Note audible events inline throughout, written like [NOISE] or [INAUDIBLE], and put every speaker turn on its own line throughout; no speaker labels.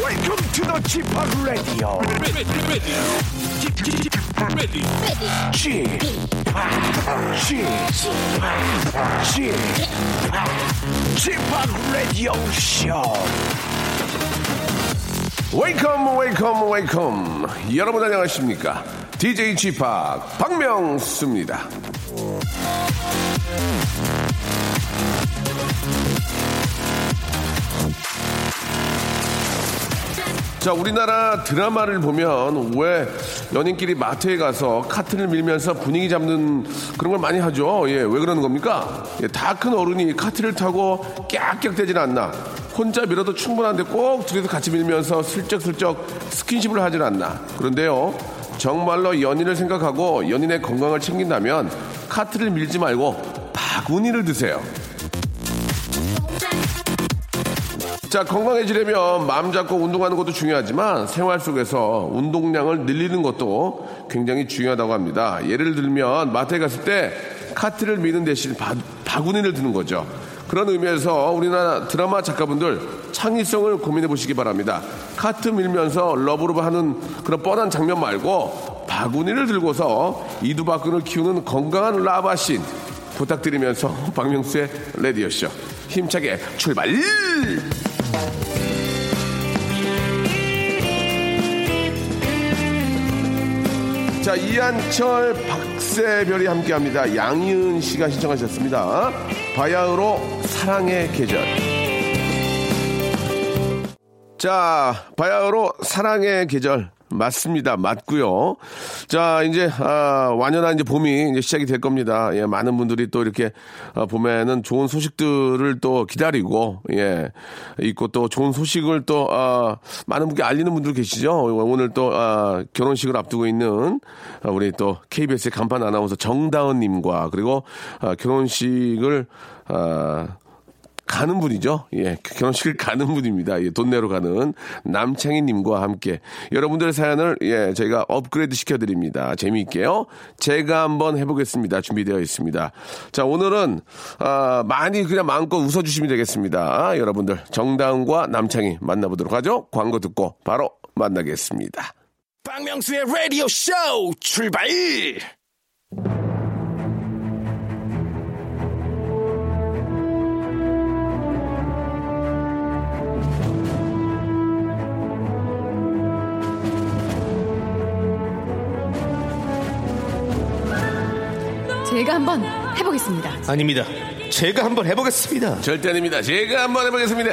Welcome to the g p Radio. g p g p Radio Show.
웨이컴 웨이컴 웨이컴 여러분 안녕하십니까 DJ g p 박명수입니다 자 우리나라 드라마를 보면 왜 연인끼리 마트에 가서 카트를 밀면서 분위기 잡는 그런 걸 많이 하죠 예 왜 그러는 겁니까 예, 다 큰 어른이 카트를 타고 깍깍 대진 않나 혼자 밀어도 충분한데 꼭 둘이서 같이 밀면서 슬쩍슬쩍 스킨십을 하진 않나 그런데요 정말로 연인을 생각하고 연인의 건강을 챙긴다면 카트를 밀지 말고 바구니를 드세요 자, 건강해지려면 마음 잡고 운동하는 것도 중요하지만 생활 속에서 운동량을 늘리는 것도 굉장히 중요하다고 합니다. 예를 들면 마트에 갔을 때 카트를 미는 대신 바, 바구니를 드는 거죠. 그런 의미에서 우리나라 드라마 작가분들 창의성을 고민해 보시기 바랍니다. 카트 밀면서 러브러브 하는 그런 뻔한 장면 말고 바구니를 들고서 이두박근을 키우는 건강한 라바신 부탁드리면서 [LAUGHS] 박명수의 레디오쇼 힘차게 출발! 자 이한철 박세별이 함께합니다. 양희은 씨가 신청하셨습니다. 바야흐로 사랑의 계절. 자 바야흐로 사랑의 계절 맞습니다. 맞고요. 자 이제 아, 완연한 이제 봄이 이제 시작이 될 겁니다. 예, 많은 분들이 또 이렇게 아, 봄에는 좋은 소식들을 또 기다리고 예 있고 또 좋은 소식을 또 아, 많은 분께 알리는 분들 계시죠. 오늘 또 아, 결혼식을 앞두고 있는 아, 우리 또 KBS의 간판 아나운서 정다은님과 그리고 아, 결혼식을 아, 가는 분이죠. 예, 결혼식을 가는 분입니다. 예, 돈 내러 가는 남창희님과 함께 여러분들의 사연을 예, 저희가 업그레이드 시켜드립니다. 재미있게요. 제가 한번 해보겠습니다. 준비되어 있습니다. 자, 오늘은 아, 많이 그냥 마음껏 웃어주시면 되겠습니다. 아, 여러분들 정다은과 남창희 만나보도록 하죠. 광고 듣고 바로 만나겠습니다.
박명수의 Radio Show 출발.
제가 한번 해보겠습니다.
아닙니다. 제가 한번 해보겠습니다.
절대 아닙니다. 제가 한번 해보겠습니다.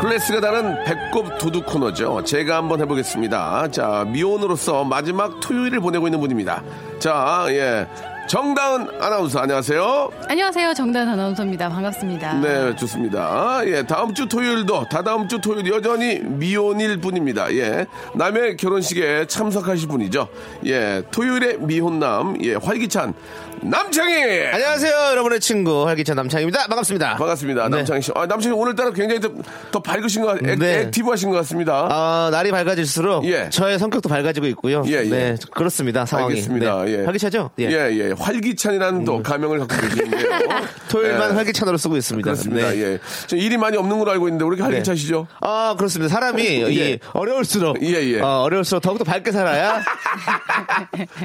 클래스가 다른 배꼽 도둑 코너죠. 제가 한번 해보겠습니다. 자, 미혼으로서 마지막 토요일을 보내고 있는 분입니다. 자, 예. 정다은 아나운서, 안녕하세요.
안녕하세요 정단 아나운서입니다. 반갑습니다.
네, 좋습니다. 예, 다음 주 토요일도, 다다음 주 토요일 여전히 미혼일 분입니다. 예, 남의 결혼식에 참석하실 분이죠. 예, 토요일의 미혼남, 예, 활기찬 남창희!
안녕하세요, 여러분의 친구 활기찬 남창입니다. 반갑습니다.
반갑습니다.
네.
남창희 씨. 아, 남창희 씨 오늘따라 굉장히 더, 더 밝으신 것, 액,
네.
액티브하신 것 같습니다.
아, 날이 밝아질수록
예.
저의 성격도 밝아지고 있고요.
예, 예.
네, 그렇습니다. 상황이.
알겠습니다.
네.
예.
활기차죠?
예, 예. 활기찬이라는 또 가명을 갖고 계시는데요.
음. [LAUGHS] 토요일만
예.
활기찬으로 쓰고 있습니다.
그렇습니다.
네.
예. 저 일이 많이 없는 걸로 알고 있는데, 왜 이렇게 활기차시죠?
아,
[LAUGHS]
그렇습니다. 사람이 이 어려울수록
예, 예.
어, 려울수록 더욱더
[LAUGHS]
밝게 살아야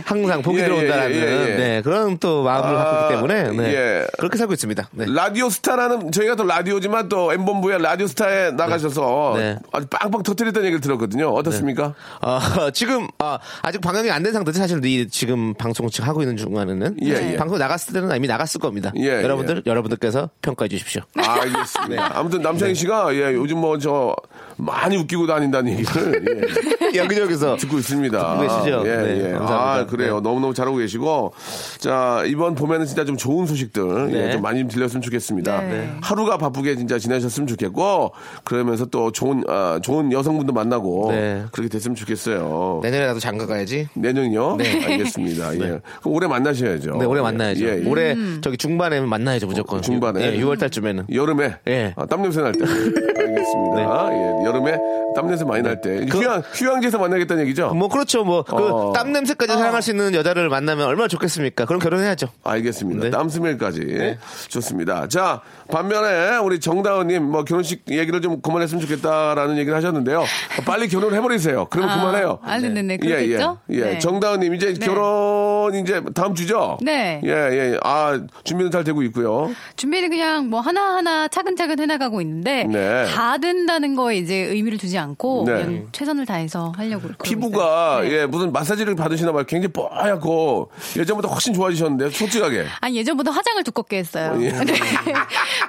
항상 복이
예, 예,
들어온다라는
예, 예.
네, 그런 또 마음을
아,
갖고 있기 때문에 네,
예.
그렇게 살고 있습니다. 네.
라디오 스타라는 저희가 또 라디오지만 또 엠본부의 라디오 스타에 나가셔서
네.
아주 빵빵 터뜨렸다는 얘기를 들었거든요. 어떻습니까?
아, [LAUGHS] 어, 지금 어, 아직 방영이 안 된 상태지 사실 이 지금 방송 지금 하고 있는 중간은 때는
예, 예.
방송 나갔을 때는 이미 나갔을 겁니다.
예,
여러분들 여러분들께서 평가해
[LAUGHS]
주십시오.
아,
네.
알겠습니다. 아무튼 남창희 씨가 예, 요즘 뭐 저 많이 웃기고 다닌다는 얘기를 예,
네. 여기저기서
듣고 있습니다.
듣고 계시죠?
예,
네,
예.
감사합니다.
아, 그래요.
네.
너무너무 잘하고 계시고. 자, 이번 봄에는 진짜 좀 좋은 소식들
네.
예, 좀 많이 좀 들렸으면 좋겠습니다.
네.
하루가 바쁘게 진짜 지내셨으면 좋겠고, 그러면서 또 좋은, 아, 좋은 여성분도 만나고,
네.
그렇게 됐으면 좋겠어요.
내년에 나도 장가 가야지.
내년요? 알겠습니다. 예. 그럼 올해 만나셔야죠.
네, 올해 만나야죠.
예, 예.
올해
음.
저기 중반에 만나야죠 무조건.
중반에?
예, 6월 달쯤에는.
여름에
예. 네.
아, 땀 냄새 날
[LAUGHS]
때. 알겠습니다. 예, 여름에 땀 냄새 많이 날 때.
그
휴양 휴양지에서 만나겠다는 얘기죠?
뭐 그렇죠. 뭐
예. 어.
그땀 냄새까지 사랑할 수 있는 여자를 만나면 얼마나 좋겠습니까? 그럼 결혼해야죠.
알겠습니다.
네.
땀 스멜까지 예, 좋습니다. 자 반면에 우리 정다은님 뭐 결혼식 얘기를 좀 그만했으면 좋겠다라는 얘기를 하셨는데요. 빨리 결혼을 해버리세요. 그러면
아,
그만해요.
아, 네, 네, 네.
예, 예,
그렇겠죠?
예.
네.
정다은님 이제
네.
결혼 이제 다음 주죠?
네.
예, 예. 아 준비는 잘 되고 있고요.
준비는 그냥 뭐 하나하나 차근차근 해나가고 있는데
네.
다 된다는 거에 이제 의미를 두지 않고
네.
그냥 최선을 다해서 하려고 그러고
피부가
있어요. 네.
예 무슨 마사지를 받으시나 봐요. 굉장히 뽀얗고 예전보다 훨씬 좋아지셨는데 솔직하게.
아니 예전보다 화장을 두껍게 했어요.
예.
[LAUGHS] 네.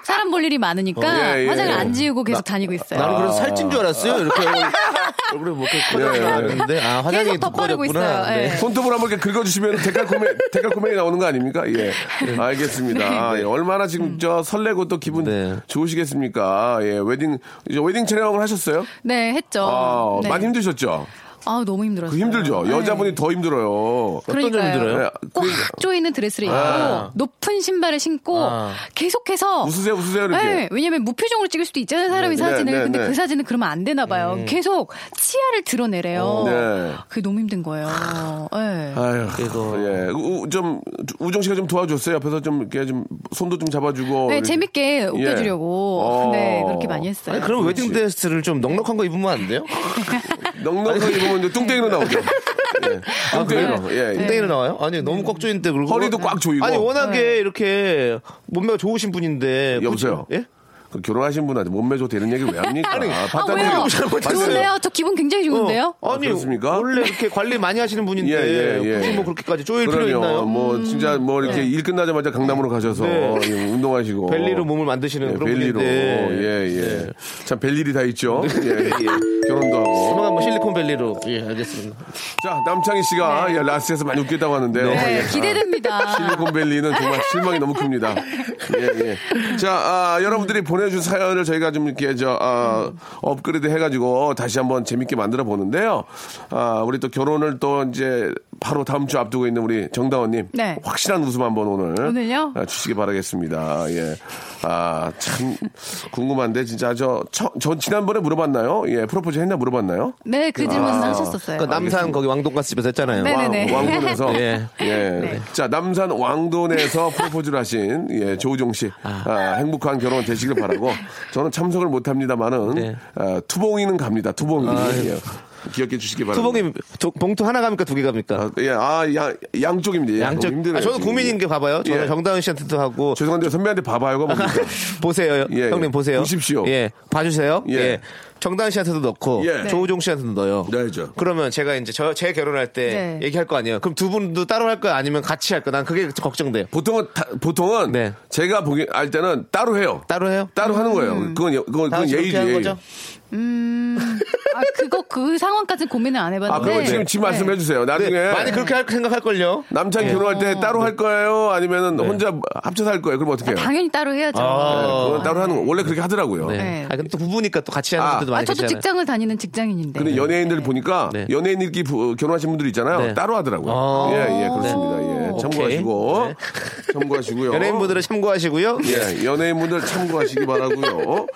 사람 볼 일이 많으니까
어, 예, 예.
화장을 안 지우고 계속 다니고 있어요.
나는 그래서 살찐 줄 알았어요.
[LAUGHS]
이렇게 얼굴에 뭐 이렇게
아. 예, 예.
커졌는데 아 화장이
계속 덧바르고
두꺼워졌구나. 네.
있어요. 예.
네. 손톱을 한번 이렇게 긁어주시면 댓글 [LAUGHS] 코멘, 댓글 코멘이 나오는 거 아닙니까? 예. 알겠습니다. 예, 얼마나 지금 저 설레고 또 기분
네.
좋으시겠습니까? 예. 웨딩, 이제 웨딩 촬영을 하셨어요?
네 했죠.
아,
네.
많이 힘드셨죠?
아 너무 힘들었어요.
그 힘들죠?
네.
여자분이 더 힘들어요.
어떤 점이
그러니까요.
들어요?
예,
꽉
그-
조이는 드레스를 입고
아.
높은 신발을 신고
아.
계속해서
웃으세요, 웃으세요, 이렇게.
네, 왜냐면 무표정으로 찍을 수도 있잖아요 사람이
네,
사진을
네,
근데
네.
그 사진은 그러면 안 되나 봐요 계속 치아를 드러내래요
네. 아.
그게 너무 힘든 거예요 네.
아유,
이거.
예, 우, 좀 우정 씨가 좀 도와줬어요. 옆에서 좀 이렇게 좀 손도 좀 잡아주고. 이렇게.
네,
예.
재밌게 웃겨주려고
어.
네 그렇게 많이 했어요
아니, 그럼 웨딩 드레스를 좀 넉넉한 거 입으면 안 돼요?
넉넉하게 입으면 이제 뚱땡이로 나오죠. 예,
아,
뚱땡이로. 예, 예.
엉덩이로 나와요? 아니 너무 꽉 조인데 그리고
허리도 꽉 조이고.
아니 워낙에
네.
이렇게 몸매가 좋으신 분인데
여보세요?
굳이- 예?
그 결혼하신 분한테 몸매 좋 되는 얘기 왜 합니까?
아
봤다는
왜요
얘기 잘 못했어요.
좋은데요 저 기분 굉장히 좋은데요
어, 아니
그렇습니까?
원래 이렇게 관리 많이 하시는 분인데
예, 예, 예.
굳이 뭐 그렇게까지 조일 필요
그럼요.
있나요?
뭐 진짜 뭐 이렇게 일 끝나자마자 강남으로 가셔서
네.
예, 운동하시고 예,
벨리로 몸을 만드시는 그런
벨리로 어,
분인데.
예예
네.
참 벨일이 다 있죠. 예, 예. 결혼도 하고
조만간 뭐 실리콘 벨리로 예 알겠습니다.
자 남창희 씨가
네.
예, 라스에서 많이 웃겼다고 하는데요.
네,
예.
기대됩니다
실리콘밸리는 정말 실망이 너무 큽니다. 예, 예. 자, 아, 여러분들이 보내준 사연을 저희가 좀 이렇게, 저, 아, 업그레이드 해가지고 다시 한번 재밌게 만들어 보는데요. 아, 우리 또 결혼을 또 이제 바로 다음 주 앞두고 있는 우리 정다원님.
네.
확실한 웃음 한번 오늘.
오늘요?
아, 주시기 바라겠습니다. 예. 아, 참, 궁금한데, 진짜 저, 처, 저 지난번에 물어봤나요? 예, 프로포즈 했나 물어봤나요?
네 그 질문을
아.
하셨었어요
그 남산 거기 왕돈가스집에서 했잖아요.
네.
왕,
네네네.
왕돈에서
예.
예. 자 남산 왕돈에서 프로포즈를 하신 예, 조우종 씨 아, 행복한 결혼 되시길 바라고 저는 참석을 못합니다만은
네.
아, 투봉이는 갑니다 투봉이 예. 기억해 주시기 바랍니다
투봉이 두- 봉투 하나 갑니까 두 개 갑니까?
아, 예, 아 양, 양쪽입니다 예,
양쪽.
너무 힘드네요,
아, 저도
지금.
고민인 게 봐봐요. 저는
예.
정다은 씨한테도 하고
죄송한데 선배한테 봐봐요가 뭡니까
[LAUGHS] 보세요,
예,
형님
예.
보세요.
보십시오.
예, 봐주세요.
예.
예. 정다은 씨한테도 넣고
예. 네.
조우종 씨한테도 넣어요.
넣어야죠.
그러면 제가 이제 저 제 결혼할 때
네.
얘기할 거 아니에요. 그럼 두 분도 따로 할 거야 아니면 같이 할 거야? 난 그게 걱정돼.
보통은 다- 보통은
네.
제가 보기 알 때는 따로 해요
따로 해요?
따로 하는 거예요 그건 예- 그건,
음. 다은
그건
씨
예의죠
그렇게 하는
예의.
거죠?
아 그거 그 상황까지 고민을 안
아
해봤는데
그러면 지금 지금 말씀해 주세요
네,
나중에
많이 그렇게 할 생각할 걸요.
남창 이 결혼할 때 따로
네.
할 거예요? 아니면은 혼자 합쳐서 할 거예요? 그럼 어떻게 해요?
당연히 따로 해야죠
아.
네, 그건 따로 하는 거 원래 그렇게 하더라고요.
네.
네.
아, 근데 또 부부니까 또 같이 하는
아.
분들도
아,
많이
저도
계시잖아요.
직장을 다니는 직장인인데
근데 연예인들 보니까
네.
연예인끼리 부- 결혼하신 분들 있잖아요.
네.
따로 하더라고요.
아.
예, 예, 그렇습니다. 예.
오케이.
참고하시고. 참고하시고요.
네. 연예인분들은 참고하시고요.
어. 예, 연예인분들 참고하시기 바라고요.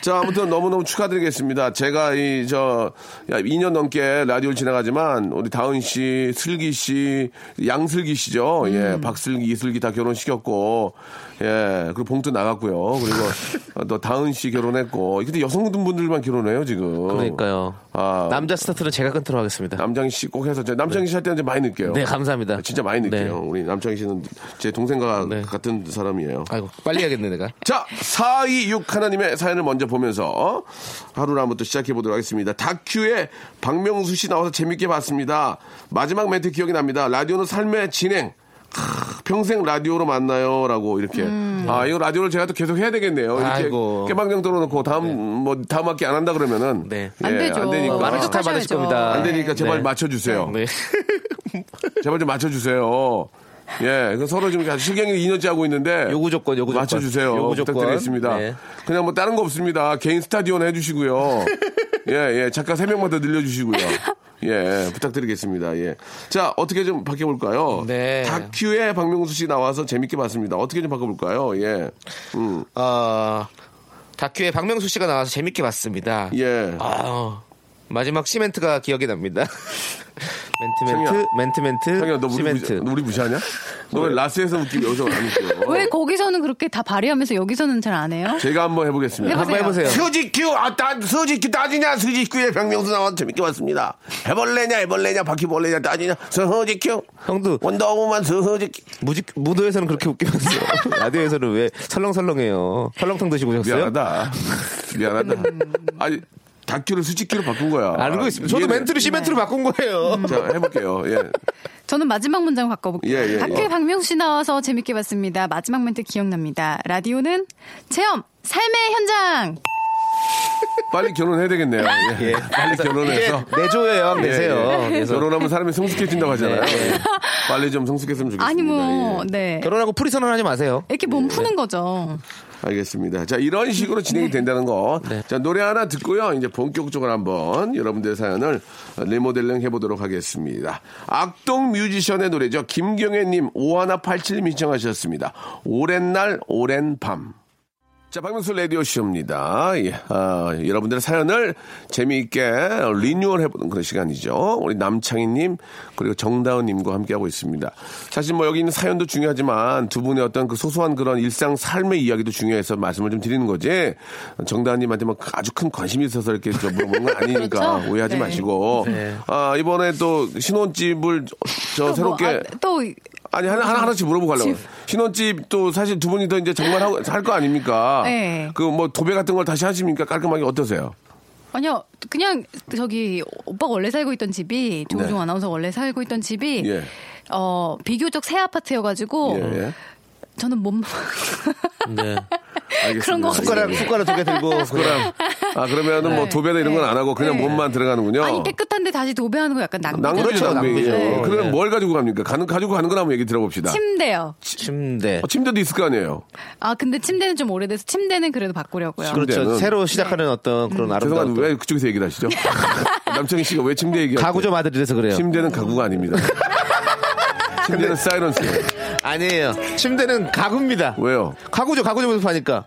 자, 아무튼 너무너무 축하드리겠습니다. 제가 이 저 2년 넘게 라디오를 진행하지만 우리 다은 씨, 슬기 씨, 양슬기 씨죠.
음.
예, 박슬기, 이슬기 다 결혼시켰고 예, 그리고 봉투 나갔고요. 그리고 또 다은 씨 결혼했고 근데 여성분들만 결혼해요, 지금.
그러니까요.
어. 아, 남...
남자 스타트는 제가 끊도록 하겠습니다.
장희 씨꼭 해서 저 남장희 씨 할 때는 이제 많이 느껴요.
네, 감사합니다.
진짜 많이 느껴요. 우리 남장희 씨는 제 동생과
네.
같은 사람이에요.
아이고, 빨리 해야겠네, 내가.
자, 426 하나님의 사연을 먼저 보면서 어? 하루를 한번 또 시작해 보도록 하겠습니다. 다큐에 박명수 씨 나와서 재밌게 봤습니다. 마지막 멘트 기억이 납니다. 라디오는 삶의 진행. 크, 아, 평생 라디오로 만나요라고 이렇게 아 이거 라디오를 제가 또 계속 해야 되겠네요. 이렇게
음. 아이고.
깨방정 떨어놓고 다음 뭐 다음 학기 안 한다 그러면은 예,
네.
안 되죠.
안 되니까
많은 스타 받으실
계속하셔야죠.
겁니다.
안 되니까 제발
네.
맞춰주세요.
네.
제발 좀 맞춰주세요. 예, 그 서로 지금 아주 실갱이 2년째 하고 있는데
요구 조건, 요구 조건.
맞춰주세요.
요구 조건.
부탁드리겠습니다.
네.
그냥 뭐 다른 거 없습니다. 개인 스타디오나
[LAUGHS]
해주시고요. 예, 예, 작가 3명만 더 늘려주시고요. 예, 예, 부탁드리겠습니다. 예. 자, 어떻게 좀 바꿔볼까요?
네.
다큐에 박명수 씨 나와서 재밌게 봤습니다. 어떻게 좀 바꿔볼까요? 예. 음,
어, 다큐에 박명수 씨가 나와서 재밌게 봤습니다.
예.
아, 마지막 시멘트가 기억이 납니다. [LAUGHS] 멘트
창희야.
멘트 멘트 멘트
형이야, 너 우리, 무시,
시멘트
너 우리 무시하냐? 너 왜 라스에서 웃기고 여기서 안 웃겨?
왜 거기서는 그렇게 다 발휘하면서 여기서는 잘 안 해요?
제가 한번 해보겠습니다.
해보세요.
한번 해보세요.
[LAUGHS]
수지큐 아따 수지큐 따지냐 수지큐의 박명수 나와서 재밌게 봤습니다. 해벌레냐 해벌레냐 바퀴벌레냐 따지냐 수지큐
형도
원더우먼 수지큐
무지, 무도에서는
[LAUGHS]
그렇게 웃기면서 라디오에서는 왜 설렁설렁해요? 설렁탕 드시고 오셨어요?
미안하다 미안하다 아니 다큐를 수지큐로 바꾼 거야.
알고 있습니다. 저도
아, 이해는-
멘트를 시멘트로 바꾼 거예요.
자 해볼게요. 예.
저는 마지막 문장 바꿔볼게요.
예, 예,
학교에
예.
박명수 씨 나와서 재밌게 봤습니다. 마지막 멘트 기억납니다. 라디오는 체험, 삶의 현장!
빨리 결혼해야 되겠네요. 예. 빨리 결혼해서.
내줘요, 형, 내세요.
예, 예.
그래서
결혼하면 사람이 성숙해진다고 하잖아요.
네.
예. 빨리 좀 성숙했으면 좋겠습니다.
아니, 뭐,
예.
네.
결혼하고 풀이 선언하지 마세요.
이렇게 몸 푸는 거죠.
알겠습니다. 자, 이런 식으로 진행이 된다는 거. 자, 노래 하나 듣고요. 이제 본격적으로 한번 여러분들의 사연을 리모델링 해보도록 하겠습니다. 악동 뮤지션의 노래죠. 김경애님, 5187님 신청하셨습니다. 오랜 날, 오랜 밤. 자, 박명수 라디오쇼입니다. 예, 아, 여러분들의 사연을 재미있게 리뉴얼 해보는 그런 시간이죠. 우리 남창희님, 그리고 정다은님과 함께하고 있습니다. 사실 뭐 여기 있는 사연도 중요하지만 두 분의 어떤 그 소소한 그런 일상 삶의 이야기도 중요해서 말씀을 좀 드리는 거지. 정다은님한테 막 아주 큰 관심이 있어서 이렇게 좀 물어보는 건 아니니까
[LAUGHS] 그렇죠?
오해하지
네.
마시고. 아, 이번에 또 신혼집을 저
또
새롭게.
뭐, 아, 또,
아니 하나 하나 하나씩 물어보고 가려고
집.
신혼집 또 사실 두 분이 더 이제 정말 하고 할 거 아닙니까?
네.
그 뭐 도배 같은 걸 다시 하십니까? 깔끔하게 어떠세요?
아니요, 그냥 저기 오빠가 원래 살고 있던 집이 조우종
네.
아나운서 원래 살고 있던 집이
예.
어 비교적 새 아파트여가지고
예, 예.
저는 몸 [LAUGHS]
네.
알겠습니다.
그런 거
숟가락,
예.
숟가락 두 개 들고.
숟가락. 아 그러면은 뭐
네.
도배나 이런 건 안 하고 그냥
네.
몸만 들어가는군요.
아니 깨끗한데 다시 도배하는 거 약간 낭비.
낭비죠,
그렇죠,
낭비죠. 어, 그러니까.
낭비죠.
그러면
네.
뭘 가지고 갑니까? 가는 가지고 가는 건 한번 얘기 들어봅시다.
침대요.
침대.
어, 침대도 있을 거 아니에요.
아 근데 침대는 좀 오래돼서 침대는 그래도 바꾸려고요.
그렇죠.
침대는- 음.
새로 시작하는 어떤 그런 아름다운.
죄송한데 왜 그쪽에서 얘기를 하시죠? [LAUGHS] 남창희 씨가 왜 침대 얘기하죠?
가구 좀 아들이라서 그래요.
침대는 가구가
[LAUGHS]
아닙니다. 침대는 사이런스예요.
아니에요. 침대는 가구입니다.
왜요?
가구죠, 가구 좀 연습하니까.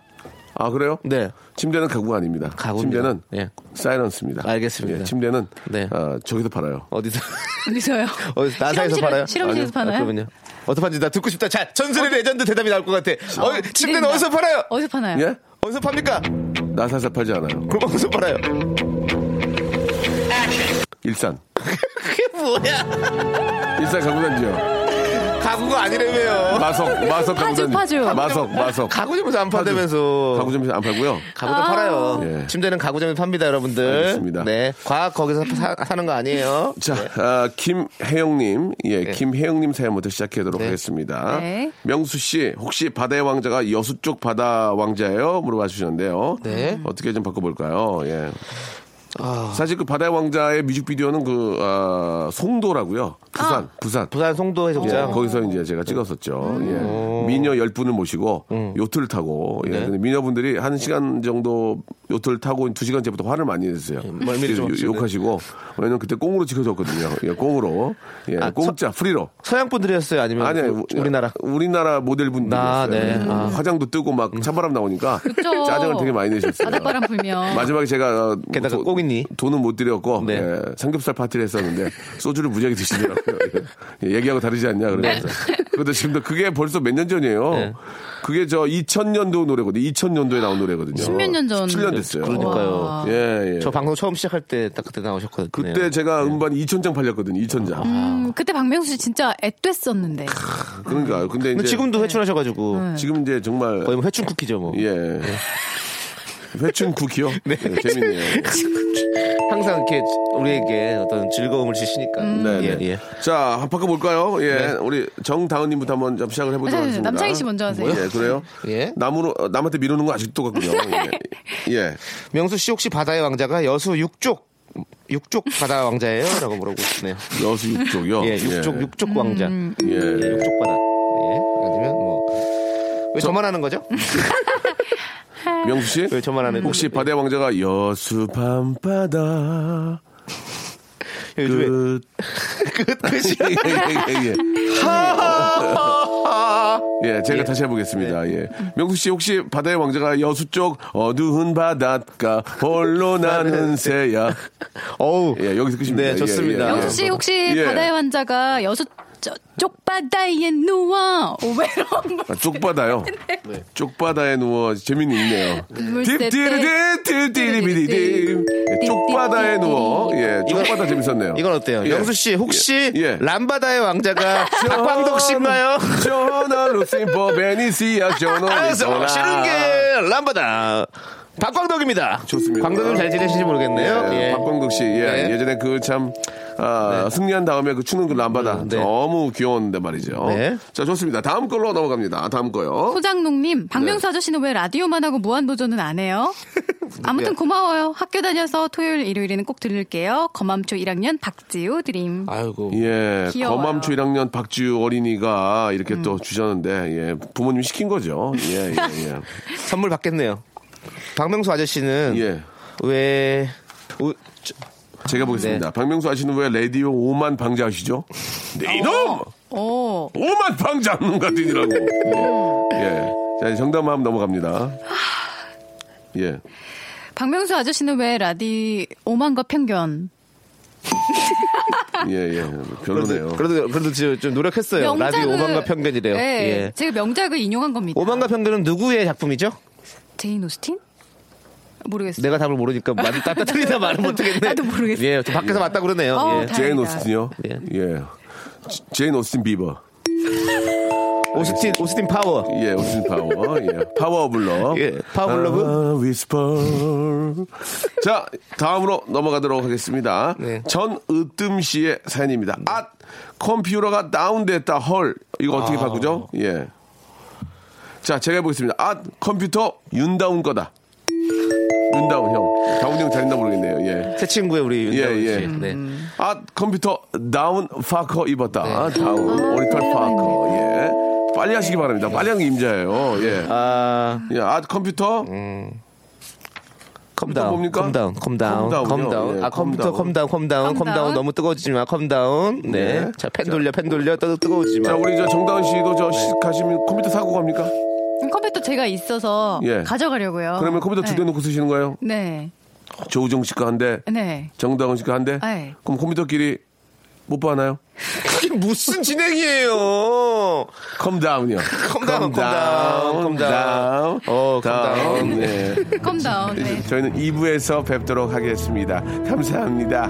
아 그래요?
네.
침대는 가구가 아닙니다.
가구입니다.
침대는
예.
사이런스입니다.
알겠습니다.
예, 침대는
네.
아, 저기서 팔아요.
어디서, [LAUGHS]
어디서요?
어디서, 나사에서 팔아요? 아니요.
실험실에서
아,
파나요?
그러면요. 어디서 파는지 나 듣고 싶다. 자, 전설의 레전드 대답이 나올 것 같아. 어, 침대는
내린다.
어디서 팔아요?
네. 어디서 파나요?
예?
어디서 팝니까?
나사에서 팔지 않아요.
그럼 어디서 팔아요?
일산.
그게 뭐야?
일산 가구단지요.
가구가 아니라며요.
마석, 마석
파주,
가구단지.
파주.
마석, 마석.
가구 점에서 안 판다면서.
가구 좀안 팔고요.
가구도 팔아요.
예.
침대는 가구점에서 팝니다, 여러분들.
알겠습니다.
네. 과학 거기서 사, 사는 거 아니에요.
자, 아, 김혜영님, 예, 김혜영님 사연부터 시작하도록
네.
하겠습니다.
네.
명수 씨, 혹시 바다의 왕자가 여수 쪽 바다 왕자예요? 물어봐 주셨는데요.
네. 아.
어떻게 좀 바꿔볼까요? 예. 사실 그 바다의 왕자의 뮤직비디오는 그 아, 송도라고요.
아.
부산, 부산.
부산 송도
예,
해적장.
거기서 이제 제가 찍었었죠.
음.
예. 미녀 열분을 모시고 요트를 타고
네.
예. 근데 미녀분들이 한시간 정도 요트를 타고 두시간째부터 화를 많이 내세요.
예, 뭐 멀미를 좀
요-
하시네.
욕하시고 왜냐면 그때 꽁으로 찍어줬거든요. 예, 꽁으로. 예,
아,
공짜 프리로.
서양 분들이었어요, 아니면
아니,
우- 우리나라.
우리나라 모델분들 음.
아, 네. 아.
화장도 뜨고 막 찬바람 나오니까
그쵸.
[LAUGHS] 짜증을 되게 많이 내셨어요.
바닷바람 불면.
마지막에 제가 어,
게다가
도-
꽁 있니?
돈은 못 드렸고
네.
예, 삼겹살 파티를 했었는데 소주를 무지하게 드시더라고요. 예, 얘기하고 다르지 않냐 그러면서.
네.
그런데 지금도 그게 벌써 몇 년 전이에요. 그게 저 2000년도 노래거든요. 2000년도에 나온 노래거든요.
십몇 년 전.
7년 됐어요.
그러니까요.
와.
예, 예.
저 방송 처음 시작할 때 딱 그때 나오셨거든요. 네.
그때 제가 음반 2000장 팔렸거든요. 2000장.
음, 그때 박명수 씨 진짜 앳됐었는데.
그러니까요. 근데 이제
근데 지금도 회춘하셔가지고
지금 이제 정말
거의 뭐 회춘 쿠키죠 뭐. 네.
예. 회춘 쿠키요? 네. 재밌네요.
[LAUGHS] 항상 이렇게 우리에게 어떤 즐거움을 주시니까.
네,
예,
네.
예.
자, 한번 바꿔볼까요? 예,
네.
우리 정다은님부터 한번 좀 시작을 해보도록
네, 네, 네.
하겠습니다.
남창희 씨 먼저 하세요.
예, 그래요?
예.
남으로, 어, 남한테 미루는 거 아직도 같군요.
네.
예. 예.
명수 씨 혹시 바다의 왕자가 여수 육족 육족 바다 왕자예요라고 물어보고 싶네요.
여수 육족이요?
예, 육족 육족 왕자.
예.
예, 육족 바다. 예. 아니면 뭐. 왜 저, 만 하는 거죠?
명수 씨?
왜 저만 하는
혹시
거죠?
바다의 왕자가 여수 밤바다.
예, 요즘에
끝.
네, 끝 끝이
예, 예, 예. 예, 제가 다시 해보겠습니다.
네.
예. 명수 씨 혹시 바다의 왕자가 여수 쪽 어두운 바닷가
[LAUGHS]
홀로 나는 새야.
[LAUGHS] 어우.
예, 여기서 끝입니다.
네,
예,
좋습니다.
예, 예.
영수 씨 혹시
예.
바다의 환자가 여수 저- 쪽바다에 누워 오베런
아,
[LAUGHS]
쪽바다요.
네.
쪽바다에 누워 재미는 있네요.
눈물 셀 때.
딥디리디디디디디디 예, 쪽바다에 누워 예 쪽바다 재밌었네요.
이건 어때요?
예.
영수 씨 혹시
예, 예.
람바다의 왕자가 박광덕 씨인가요?
저나 루시퍼 베니시아 저나
알았어. 싫은 게 람바다. 박광덕입니다.
좋습니다.
광덕님 잘 지내시는지 모르겠네요.
예,
예.
박광덕 씨, 예,
네.
예전에 그 참 아, 승리한 다음에 그 추는 그 람바다
음, 네.
너무 귀여웠는데 말이죠.
네.
자 좋습니다. 다음 걸로 넘어갑니다. 다음 거요.
소장농님,
네.
박명수 아저씨는 왜 라디오만 하고 무한도전은
[LAUGHS]
안 해요?
네.
아무튼 고마워요. 학교 다녀서 토요일, 일요일에는 꼭 들을게요. 검암초 1학년 박지우 드림.
아이고.
예,
귀여워요. 음.
검암초 1학년 박지우 어린이가 이렇게 또 주셨는데 예, 부모님 이 시킨 거죠. 예, 예, 예.
선물 받겠네요. 박명수
[LAUGHS]
아저씨는
예.
왜 우- 저-
제가 보겠습니다.
네.
박명수 아시는 왜 레디오 오만 방자하시죠?
어.
네 이놈
오,
오만 방자하는 같으니라고.
음.
예. 예. 자 이제 정답만 하면 넘어갑니다.
아.
예.
박명수 아저씨는 왜 라디 오만과 편견?
예,
[LAUGHS]
예. 별로네요.
그래도 그래도, 그래도 지금 좀 노력했어요. 네, 라디오 오만과 편견이래요.
네,
예.
제가 명작을 인용한 겁니다.
오만과 편견은 누구의 작품이죠?
제인 오스틴? 모르겠어요.
내가 답을 모르니까 맞, 따 틀리다 말을 못하겠네.
나도 모르겠어요.
예, 저 밖에서 맞다 그러네요.
어,
예.
다-
제인
다행이다.
오스틴이요?
예.
예. 제- 제인 오스틴 비버.
오스틴 오스틴 파워.
예, 오스틴 파워. 예. 파워 블러.
예, 파워 블러브.
아, 위스퍼. 자, 다음으로 넘어가도록 하겠습니다.
네.
전으뜸 씨의 사연입니다. 앗! 컴퓨터가 다운됐다. 헐. 이거 어떻게
아.
바꾸죠? 예. 자, 제가 해보겠습니다. 앗! 컴퓨터 윤다운 거다. 윤다운 형. 다운 형 잘했나 모르겠네요. 예.
새 친구의 우리 윤정은
예,
씨.
예.
음.
네.
아 컴퓨터 다운 파커 입었다.
네.
다운 오리털 파커. 예. 빨리 하시기 바랍니다. 빨리 하는 게 임자예요. 예. 아,
아,
예. 아 컴퓨터
컴다운.
뭡니까?
컴다운. 컴다운.
컴다운이요.
컴다운.
예,
아, 컴퓨터
컴다운.
컴다운. 컴다운. 컴다운. 너무 뜨거워지지 마. 컴다운. 네.
네.
자, 펜 돌려. 펜 돌려. 떠 뜨거워지지 마.
자 우리 저 정다은 씨도 저 시작하시면 컴퓨터 사고 갑니까?
컴퓨터 제가 있어서
예.
가져가려고요.
그러면 컴퓨터 두 대 놓고 쓰시는 거예요?
네.
조우정 씨가 한 대,
네. 네.
정다은 씨가 한 대.
네.
그럼 컴퓨터끼리 뽀뽀 하나요?
이게 무슨 진행이에요?
컴다운이요.
컴다운, 컴다운, 컴다운. 어, 컴다운.
네.
컴다운. 네.
[LAUGHS]
저희는 2부에서 뵙도록 하겠습니다. 감사합니다.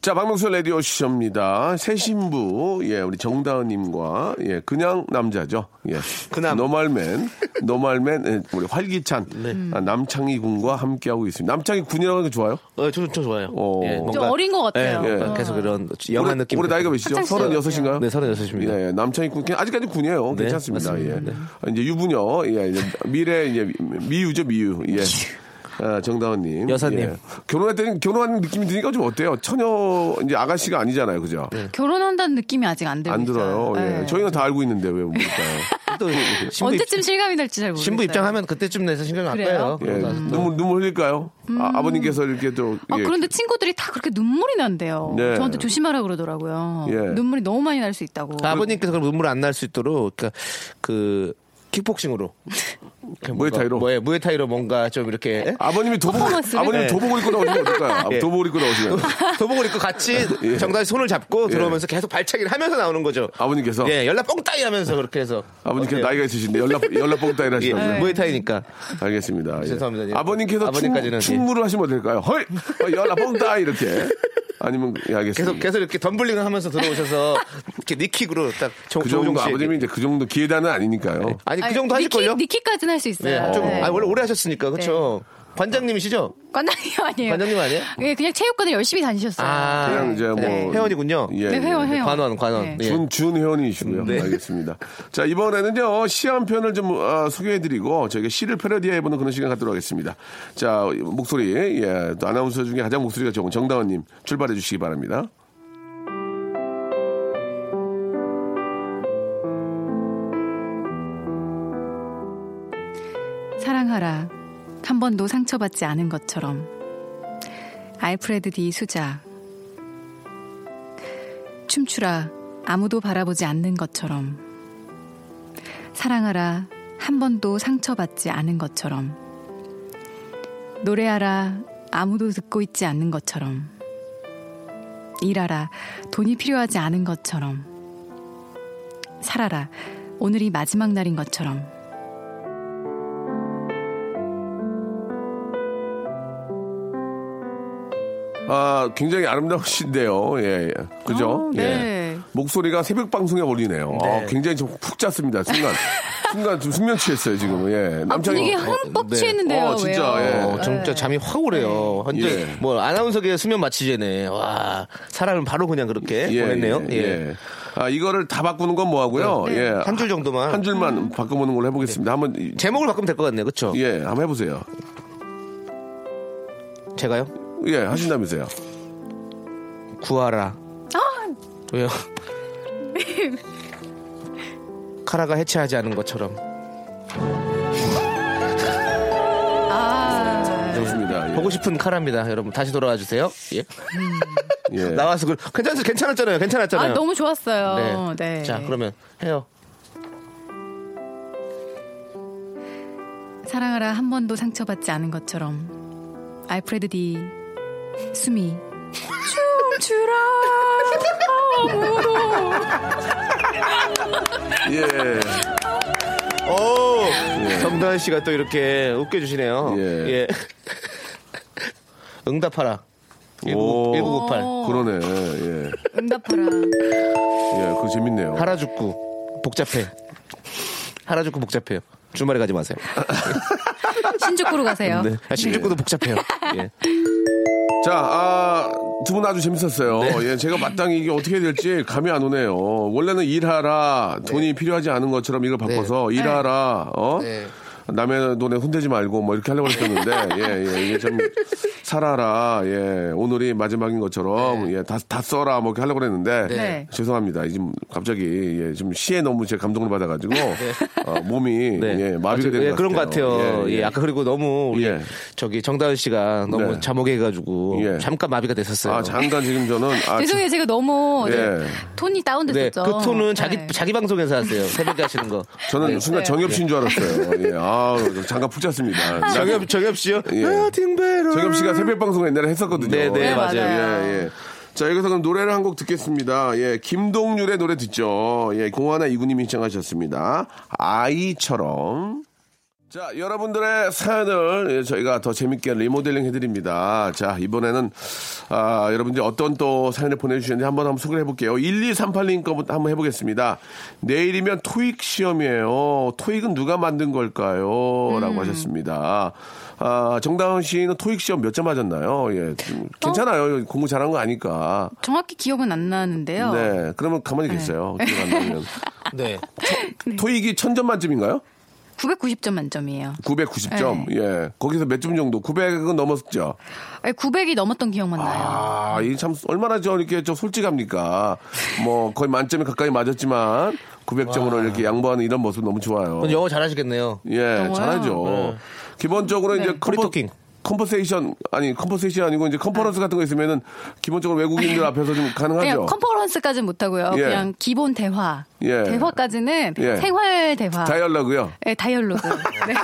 자, 박명수 라디오 쇼입니다. 새 신부, 예, 우리 정다은님과, 예, 그냥 남자죠. 예.
그남. [LAUGHS]
노말맨, 노말맨, 예, 우리 활기찬,
네.
아, 남창희 군과 함께하고 있습니다. 남창희 군이라고 하는 게 좋아요?
어, 저, 저 좋아요.
어.
예,
좀
뭔가.
좀 어린 것 같아요.
예,
어.
계속 이런 영한
올해-
느낌.
올해 나이가 몇이죠?
학창시절.
36인가요?
네, 36입니다.
예, 예. 남창희 군, 그냥 아직까지 군이에요.
네,
괜찮습니다. 예.
맞습니다. 네.
아, 이제 유부녀, 예, 이제 미래, 이제 미유죠, 미유. 예. 아, 정다은님. 예.
여사님.
결혼할 때는 결혼하는 느낌이 드니까 좀 어때요? 처녀, 이제 아가씨가 아니잖아요. 그죠?
네.
결혼한다는 느낌이 아직 안 들어요. 네.
안 들어요. 예. 저희는 다 알고 있는데 왜
[LAUGHS]
모를까요?
또 신부
언제쯤
입-
실감이 날지 잘 모르겠어요.
신부 입장하면 그때쯤 내서 신경 날
그래요?
거예요.
예.
그러고 나서 또.
눈물, 눈물 흘릴까요? 아, 버님께서 이렇게 또.
아,
예.
음. 그런데 친구들이 다 그렇게 눈물이 난대요.
네.
저한테 조심하라 그러더라고요.
예. 뭐
아, 뭐,
눈물이 너무 많이 날 수 있다고.
아버님께서 그럼 눈물 안 날 수 있도록 그러니까 그 킥복싱으로. 이렇게 뭔가-
무에타이로?
뭐, 예, 무에타이로 뭔가 좀 이렇게 예?
아버님이 도복
퍼포먼스를?
아버님 이
네.
도복을 입고 나오시면 어떨까요?
[LAUGHS] 예.
도복을 입고
[LAUGHS]
나오시면
[LAUGHS] 도복을 입고 같이 정다시 손을 잡고 들어오면서 계속 발차기를 하면서 나오는 거죠.
예. 아버님께서
예, 연락 뻥따이 하면서 그렇게 해서.
아버님께서
어때요?
나이가 있으신데 연락 연락 뽕따이라
예,
하시더라고요.
무에타이니까.
알겠습니다. 예.
죄송합니다. 예.
아버님께서
아버님까지는, 예.
춤, 춤으로 하시면 될까요? 헐, 어, 연락 뽕따 이렇게. 아니면 예, 알겠습니다.
계속 계속 이렇게 덤블링을 하면서 들어오셔서 이렇게 니킥으로 딱 조,
그 정도
조우종 씨.
아버님이 이제 그 정도 기회단은 아니니까요.
아니 그
아니,
정도 하실
니키-
걸요?
니키까지는 할 수 있어요.
네, 좀,
네.
아 원래 오래 하셨으니까 그렇죠. 관장님이시죠?
관장님 아니에요.
관장님 아니에요?
예, 그냥 체육관을 열심히 다니셨어요.
그냥 이제 뭐
네, 회원이군요.
예,
네,
예.
회원, 회원.
관원 관원.
네.
예.
준, 준 회원이시고요.
네.
알겠습니다. 자, 이번에는요, 시 한 편을 좀 어, 소개해드리고, 저희가 시를 패러디해보는 그런 시간 갖도록 하겠습니다. 자, 목소리, 예, 또 아나운서 중에 가장 목소리가 좋은 정다원님 출발해주시기 바랍니다.
사랑하라. 한 번도 상처받지 않은 것처럼. 알프레드 디 수자. 춤추라. 아무도 바라보지 않는 것처럼. 사랑하라. 한 번도 상처받지 않은 것처럼. 노래하라. 아무도 듣고 있지 않는 것처럼. 일하라. 돈이 필요하지 않은 것처럼. 살아라. 오늘이 마지막 날인 것처럼.
아, 굉장히 아름다우신데요. 예, 예. 그죠?
어, 네.
예. 목소리가 새벽 방송에 어울리네요. 아, 굉장히 좀 푹 잤습니다. 순간.
[LAUGHS]
순간 좀 숙면 취했어요, 지금. 예.
아,
남창이.
분위기 흠뻑
네.
취했는데요.
어, 진짜,
왜요?
어, 진짜 잠이 확 오래요. 현재
네. 예.
뭐 아나운서계 수면 마취제네. 와 사람을 바로 그냥 그렇게 보냈네요.
예,
예.
예. 아, 이거를 다 바꾸는 건 뭐하고요?
네.
예.
한 줄 정도만
한 줄만 바꿔보는 걸로
네.
해보겠습니다. 한번 이-
제목을 바꾸면 될 것 같네요. 그렇죠?
예, 한번 해보세요.
제가요?
예, 하신다면서요.
구하라.
아! [LAUGHS]
왜요? 카라가 해체하지 않은 것처럼
아.
좋습니다. 예.
네. 보고 싶은 카라입니다. 여러분 다시 돌아와 주세요. 예.
예.
나와서 그 괜찮았 괜찮았잖아요. 괜찮았잖아요.
아, 너무 좋았어요. 네.
자 그러면 해요.
사랑하라 한 번도 상처받지 않은 것처럼 알프레드 디 수미 춤추라
예.
오 정다은 씨가 또 이렇게 웃겨주시네요.
예.
예. [LAUGHS] 응답하라.
오.
1998.
그러네. 예.
응답하라
예, 그거 재밌네요.
하라죽구 복잡해. 하라죽구 복잡해요. 주말에 가지 마세요.
신주쿠로 가세요.
네. 아, 신주쿠도 복잡해요. 예.
자, 아, 두 분 아주 재밌었어요.
네.
예, 제가 마땅히 이게 어떻게 될지 감이 안 오네요. 원래는 일하라, 돈이 필요하지 않은 것처럼 이걸 바꿔서 일하라, 어?
네.
남의 돈에 손대지 말고 뭐 이렇게 하려고
[LAUGHS]
했었는데, 예, 예, 이게 좀 살아라, 예, 오늘이 마지막인 것처럼,
네.
예, 다, 다 써라, 뭐 이렇게 하려고 했는데,
네.
죄송합니다. 지금 갑자기, 예, 지금 시에 너무 제 감동을 받아가지고, 어, 몸이,
네.
예, 마비가
어째-
되는
예,
것
그런 것
같아요.
같아요. 예,
예, 예.
아까 그리고 너무 우리
예.
저기 정다은 씨가 너무
네.
자목해 가지고
예.
잠깐 마비가 됐었어요.
아, 잠깐 지금 저는, 아,
죄송해요 제가 너무
예.
네, 톤이
네,
다운됐었죠.
그 톤은 자기
네.
자기 방송에서 하세요. 새벽에 하시는 거.
[LAUGHS] 저는 순간
네.
정엽 씨인 줄 알았어요. 예. 아, 잠깐 푹 잤습니다.
아, 정엽 정엽 씨요.
예.
Nothing better.
정엽 씨가 새벽 방송 옛날에 했었거든요.
네, 네,
예.
맞아요.
맞아요.
예, 예. 자, 여기서 그럼 노래를 한 곡 듣겠습니다. 예, 김동률의 노래 듣죠. 예, 공하나 이구님이 신청하셨습니다. 아이처럼. 자, 여러분들의 사연을 예, 저희가 더 재밌게 리모델링 해드립니다. 자, 이번에는, 아, 여러분들 어떤 또 사연을 보내주셨는지 한번 한번 소개를 해볼게요. 1238님 거부터 한번 해보겠습니다. 내일이면 토익 시험이에요. 토익은 누가 만든 걸까요? 라고 하셨습니다. 아, 정다은 씨는 토익 시험 몇 점 맞았나요? 예. 좀 괜찮아요. 공부 잘한 거 아니까.
정확히 기억은 안 나는데요.
네. 그러면 가만히 계세요. 기억 안 나면.
네.
토익이 1000점 만점인가요?
990점 만점이에요.
990점. 예. 거기서 몇 점 정도? 900은 넘었죠.
아니, 900이 넘었던 기억만 나요.
아, 이 참 얼마나 저 이렇게 저 솔직합니까? 뭐 거의 만점에 가까이 맞았지만 900점으로 이렇게 양보하는 이런 모습 너무 좋아요.
영어 잘하시겠네요.
예, 잘하죠. 기본적으로 이제
프리토킹.
컨퍼세이션 아니 컨퍼세이션 아니고 이제 컨퍼런스 같은 거 있으면은 기본적으로 외국인들 앞에서 좀 가능하죠.
그냥 컨퍼런스까지는 못하고요.
예.
그냥 기본 대화.
예.
대화까지는
예.
생활 대화.
다이얼로그요.
네, 다이얼로그. 네.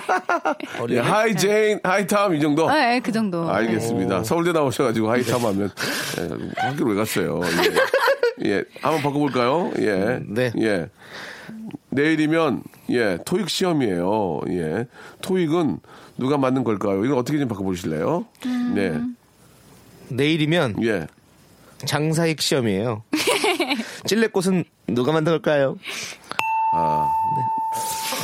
예,
네.
하이 제인, 하이 탐 이 정도.
네, 그 정도.
어. 알겠습니다. 서울대 나오셔가지고 하이 탐 하면 예, 학교를 왜 갔어요? 예. 예, 한번 바꿔볼까요? 예,
네.
예. 내일이면 예 토익 시험이에요. 예, 토익은 누가 맞는 걸까요? 이건 어떻게 좀 바꿔보실래요?
내일이면
네, 예.
장사익 시험이에요. 찔레꽃은 누가 만든 걸까요?
아,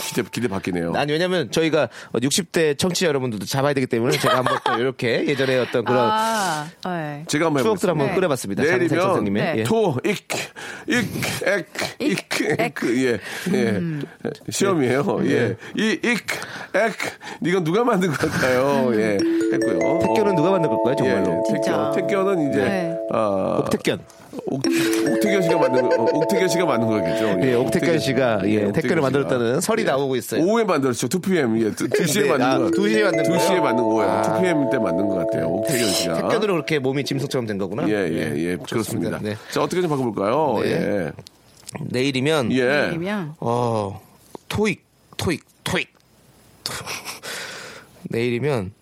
기대 기대 바뀌네요.
아니 왜냐면 저희가 60대 청취자 여러분들도 잡아야 되기 때문에 제가 한번 또 이렇게 예전에 어떤 그런
아, 네.
제가 한번
추억들
해보겠습니다.
한번
네.
끌어봤습니다. 장사익
내일이면
선생님의
네.
예.
[LAUGHS] 그, 토익익익익익예예
음.
시험이에요
네.
예이익 액 이건 누가 만든 걸까요 예 했고요
택견은 누가 만든 걸까요?
예,
정말로
예, 택견
진짜.
택견은 이제
네.
아
옥택견.
옥- 옥택견 씨가 만든 거- 어, 옥택견 씨가 만든 거겠죠
예, 옥택견 씨가 예,
옥택견
택견을
씨가. 예.
만들었다는 설이 나오고 있어요.
오후에 만들었죠 2pm 예 2시에
네, 아,
만든 거
2시에 만든 거예요?
2시에 만든 거예요
아.
2pm 때 만든 거 같아요 옥택견 씨가
택견으로 그렇게 몸이 짐승처럼 된 거구나.
예, 예, 예. 그렇습니다.
좋습니다. 네.
자, 어떻게 좀 바꿔볼까요?
네. 내일이면
예. 예.
내일이면
어 토익 토익 토익 [LAUGHS] 토- 내일이면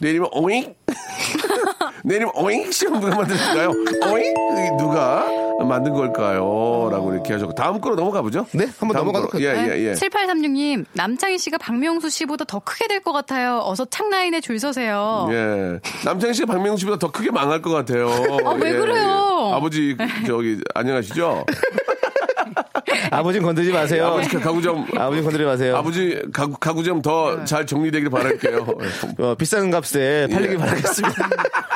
내일이면
[LAUGHS]
오잉? 네, 내일이면 오잉? 시험 누가 만들까요? 오잉? 이게 누가 만든 걸까요? 라고 이렇게 하셨고. 다음 거로 넘어가 보죠?
네, 한번
다음
넘어가도록
거로. 예,
네.
예, 예.
7836님, 남창희 씨가 박명수 씨보다 더 크게 될 것 같아요. 어서 창라인에 줄 서세요.
예. 남창희 씨가 박명수 씨보다 더 크게 망할 것
[LAUGHS]
같아요. 예,
아, 왜 그래요?
아버지, 저기,
[LAUGHS]
안녕하시죠?
아버지 건드지 마세요.
아버지 가구점,
아버지 건드리 마세요.
아버지 가구, 가구점 더 잘 정리되길 바랄게요.
어, 비싼 값에 [LAUGHS] 팔리길 바라겠습니다. 예.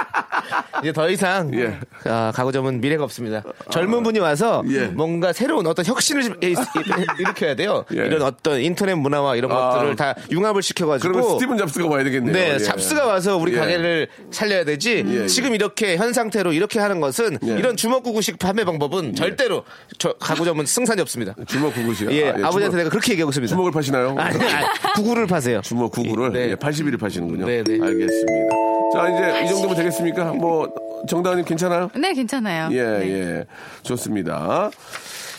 [LAUGHS] 이제 더 이상
예.
아, 가구점은 미래가 없습니다. 젊은 분이 와서
예.
뭔가 새로운 어떤 혁신을 좀 일- 일- 일으켜야 돼요.
예.
이런 어떤 인터넷 문화와 이런
아.
것들을 다
그러면
융합을 시켜가지고
스티븐 잡스가 와야 되겠네요.
네,
예.
잡스가 와서 우리
예.
가게를 살려야 되지.
예,
지금 이렇게 현 상태로 이렇게 하는 것은
예.
이런 주먹구구식 판매 방법은 절대로 저 가구점은 승산이 없습니다.
주먹 구구시요.
예,
아, 예,
아버지한테
주먹-
내가 그렇게 얘기하고 있습니다.
주먹을 파시나요?
아니, 아니, 구구를 파세요.
주먹 구구를
네.
예, 81을 파시는군요.
네, 네.
알겠습니다. 자 이제 이 정도면 되겠습니까? 뭐 정다은님 괜찮아요?
네, 괜찮아요.
예,
네.
예, 좋습니다.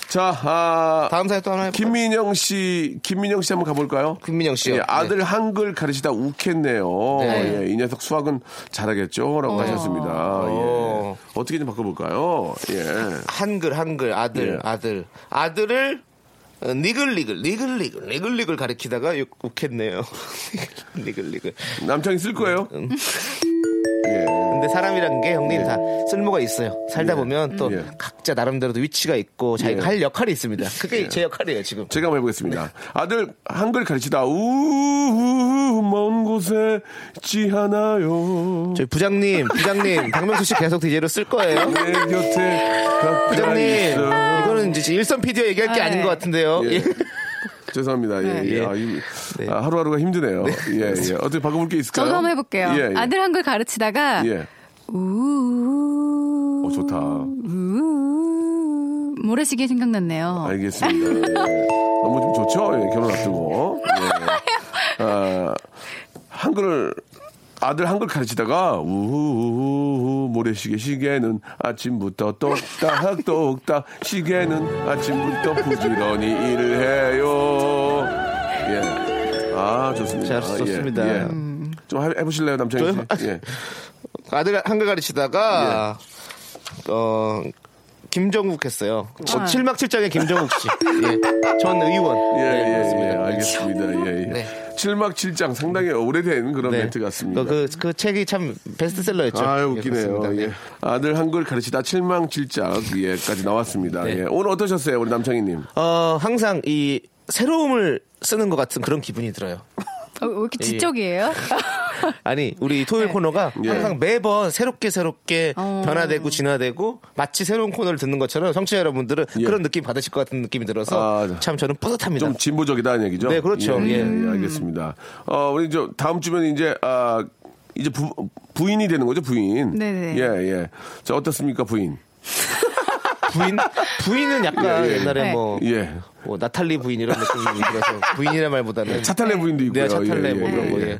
자, 아,
다음 사연 또 하나 해볼까요?
김민영 씨, 김민영 씨 한번 가볼까요?
김민영 씨요.
예, 아들 한글 가르치다 욱했네요.
네.
예, 이 녀석 수학은 잘하겠죠라고 하셨습니다. 예.
어.
어떻게 좀 바꿔볼까요? 예.
한글 한글 아들
예.
아들 아들을 어, 니글니글 니글니글 니글니글 가리키다가 욕- 욱했네요. [LAUGHS] 니글니글.
남창이 쓸 거예요?
네.
예.
근데 사람이란 게 형님 다 쓸모가 있어요. 살다 보면 또
예.
각자 나름대로도 위치가 있고 자기가
예.
할 역할이 있습니다. 그게 제 역할이에요 지금.
제가 한번 해보겠습니다. 아들 한글 가르치다 우먼 곳에 있지 않아요.
저희 부장님
[LAUGHS]
부장님 박명수 씨 계속 DJ로 쓸 거예요.
내 곁에 가까이
부장님
있어.
이거는 이제 일선 피디오 얘기할 게
아,
아닌
네.
것 같은데요.
예.
예.
죄송합니다. 예, 예.
예.
아, 이-
네.
아, 하루하루가 힘드네요. 예, 예. 어떻게 바꿔볼 게 있을까요?
저도 한번 해볼게요.
예, 예.
아들 한글 가르치다가
예.
우
오, 좋다.
우 모래시계 생각났네요.
어.
알겠습니다. 예. 너무 좀 좋죠? 예, 결혼 앞두고. 예. 아, 한글을 아들 한글 가르치다가 우후후후 모래시계 시계는 아침부터 똑딱 [LAUGHS] 똑딱 시계는 아침부터 부지런히 일을 해요. 예. 아 좋습니다.
잘 썼습니다. 음.
예, 예. 좀 해- 해보실래요, 남창희
저요?
씨? 예.
아들 한글 가르치다가
예.
어 김정국 했어요.
아.
어, 칠막 칠장의 김정국 씨. 예. 전 의원.
예,
네,
예,
그렇습니다.
예, 알겠습니다. 예, 예.
네.
칠막 칠장 상당히 오래된 그런
네.
멘트 같습니다.
그, 그, 그 책이 참 베스트셀러였죠.
아
예,
웃기네요.
그렇습니다.
예. 아들 한글 가르치다 칠망칠작 예까지 나왔습니다.
네.
예. 오늘 어떠셨어요, 우리 남창희님?
어, 항상 이 새로움을 쓰는 것 같은 그런 기분이 들어요.
어, 왜 이렇게 지적이에요?
아니, 우리 토요일 코너가
예.
항상 매번 새롭게 새롭게
네. 어.
변화되고 진화되고 마치 새로운 코너를 듣는 것처럼 청취자 여러분들은
예.
그런 느낌 받으실 것 같은 느낌이 들어서
아,
참 저는 뿌듯합니다.
좀 진보적이다는 얘기죠?
네, 그렇죠.
예, 예,
예.
예, 알겠습니다. 어, 우리 저 다음 주면 이제 아 이제 부, 부인이 되는 거죠, 부인.
네네.
예, 예. 자 어떻습니까, 부인?
부인, 부인은 약간
예, 예.
옛날에
네.
뭐
예.
뭐
[LAUGHS]
나탈리 부인 이런 느낌이 들어서 부인이란 말보다는
네, 차탈레 부인도 있고요.
네, 차탈레
예,
뭐
예,
그런 거
예.
예.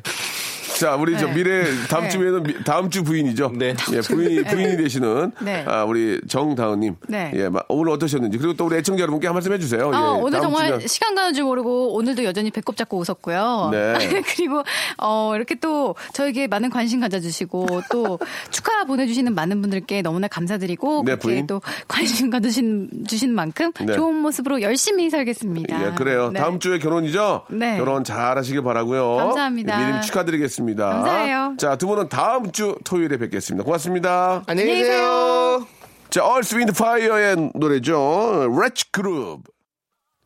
자, 우리 저
네.
미래 다음
네.
주에는 미- 다음 주 부인이죠.
네.
예, 부인이 부인이 되시는
네.
아, 우리 정다은님.
네.
예, 마- 오늘 어떠셨는지 그리고 또 우리 애청자 여러분께 한 말씀 해주세요.
아,
예,
오늘
다음
정말
주면-
시간 가는 줄 모르고 오늘도 여전히 배꼽 잡고 웃었고요.
네.
[LAUGHS] 그리고 어, 이렇게 또 저에게 많은 관심 가져주시고 또 [LAUGHS] 축하 보내주시는 많은 분들께 너무나 감사드리고
네,
그렇게
부인.
또 관심 가져주신 주신 만큼
네.
좋은 모습으로 열심히 살겠습니다.
예, 그래요.
네.
다음 주에 결혼이죠?
네.
결혼 잘 하시길 바라고요.
감사합니다.
예, 미리 축하드리겠습니다.
감사해요.
자, 두 분은 다음 주 토요일에 뵙겠습니다. 고맙습니다.
안녕히 계세요.
자, Earth, Wind, Fire의 노래죠. Wretch Group.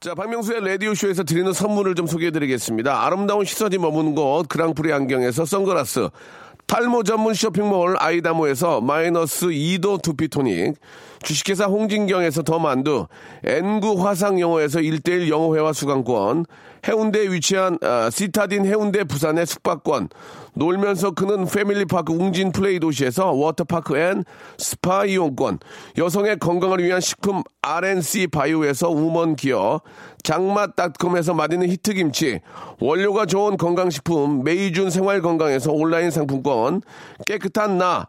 자, 박명수의 라디오쇼에서 드리는 선물을 좀 소개해드리겠습니다. 아름다운 시선이 머무는 곳, 그랑프리 안경에서 선글라스. 탈모 전문 쇼핑몰 아이다모에서 마이너스 2도 두피토닉. 주식회사 홍진경에서 더 만두. N구 화상영어에서 1대1 영어회화 수강권. 해운대에 위치한 아, 시타딘 해운대 부산의 숙박권. 놀면서 크는 패밀리파크 웅진 플레이 도시에서 워터파크 앤 스파 이용권. 여성의 건강을 위한 식품 RNC 바이오에서 우먼 기어, 장맛닷컴에서 맛있는 히트김치, 원료가 좋은 건강식품 메이준 생활건강에서 온라인 상품권, 깨끗한 나,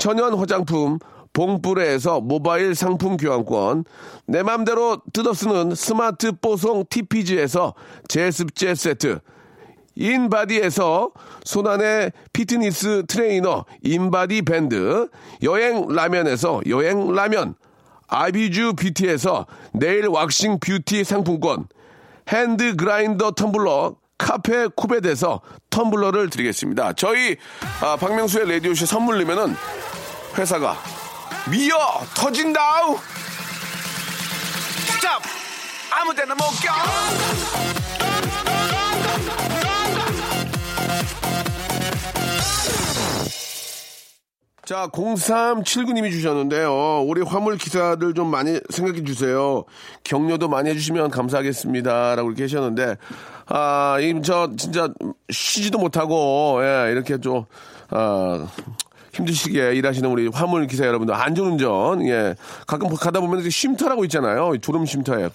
천연 화장품 봉뿌레에서 모바일 상품 교환권, 내 맘대로 뜯어쓰는 스마트 뽀송 TPG에서 제습제 세트, 인바디에서 손안의 피트니스 트레이너 인바디 밴드, 여행 라면에서 여행 라면, 아비주 뷰티에서 네일 왁싱 뷰티 상품권, 핸드 그라인더 텀블러 카페 쿠벳에서 텀블러를 드리겠습니다. 저희 아, 박명수의 라디오쇼 선물리면은 회사가 미어 터진다우. 스탑 아무데나 못 껴. 자, 0379님이 주셨는데요. 올해 화물 기사들 좀 많이 생각해 주세요. 격려도 많이 해주시면 감사하겠습니다. 라고 이렇게 하셨는데, 아, 이, 저, 진짜, 쉬지도 못하고, 예, 이렇게 좀, 아, 힘드시게 일하시는 우리 화물 기사 여러분들, 안전운전, 예. 가끔 가다 보면 이렇게 쉼터라고 있잖아요. 이 졸음 쉼터에.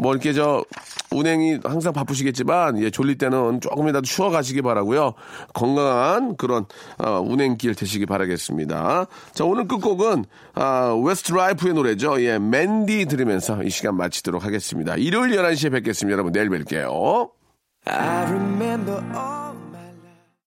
뭐 이렇게 저, 운행이 항상 바쁘시겠지만, 예, 졸릴 때는 조금이라도 쉬어가시기 바라고요 건강한 그런, 어, 운행길 되시기 바라겠습니다. 자, 오늘 끝곡은, 아, 웨스트 라이프의 노래죠. 예, 맨디 들으면서 이 시간 마치도록 하겠습니다. 일요일 11시에 뵙겠습니다. 여러분, 내일 뵐게요.
I remember all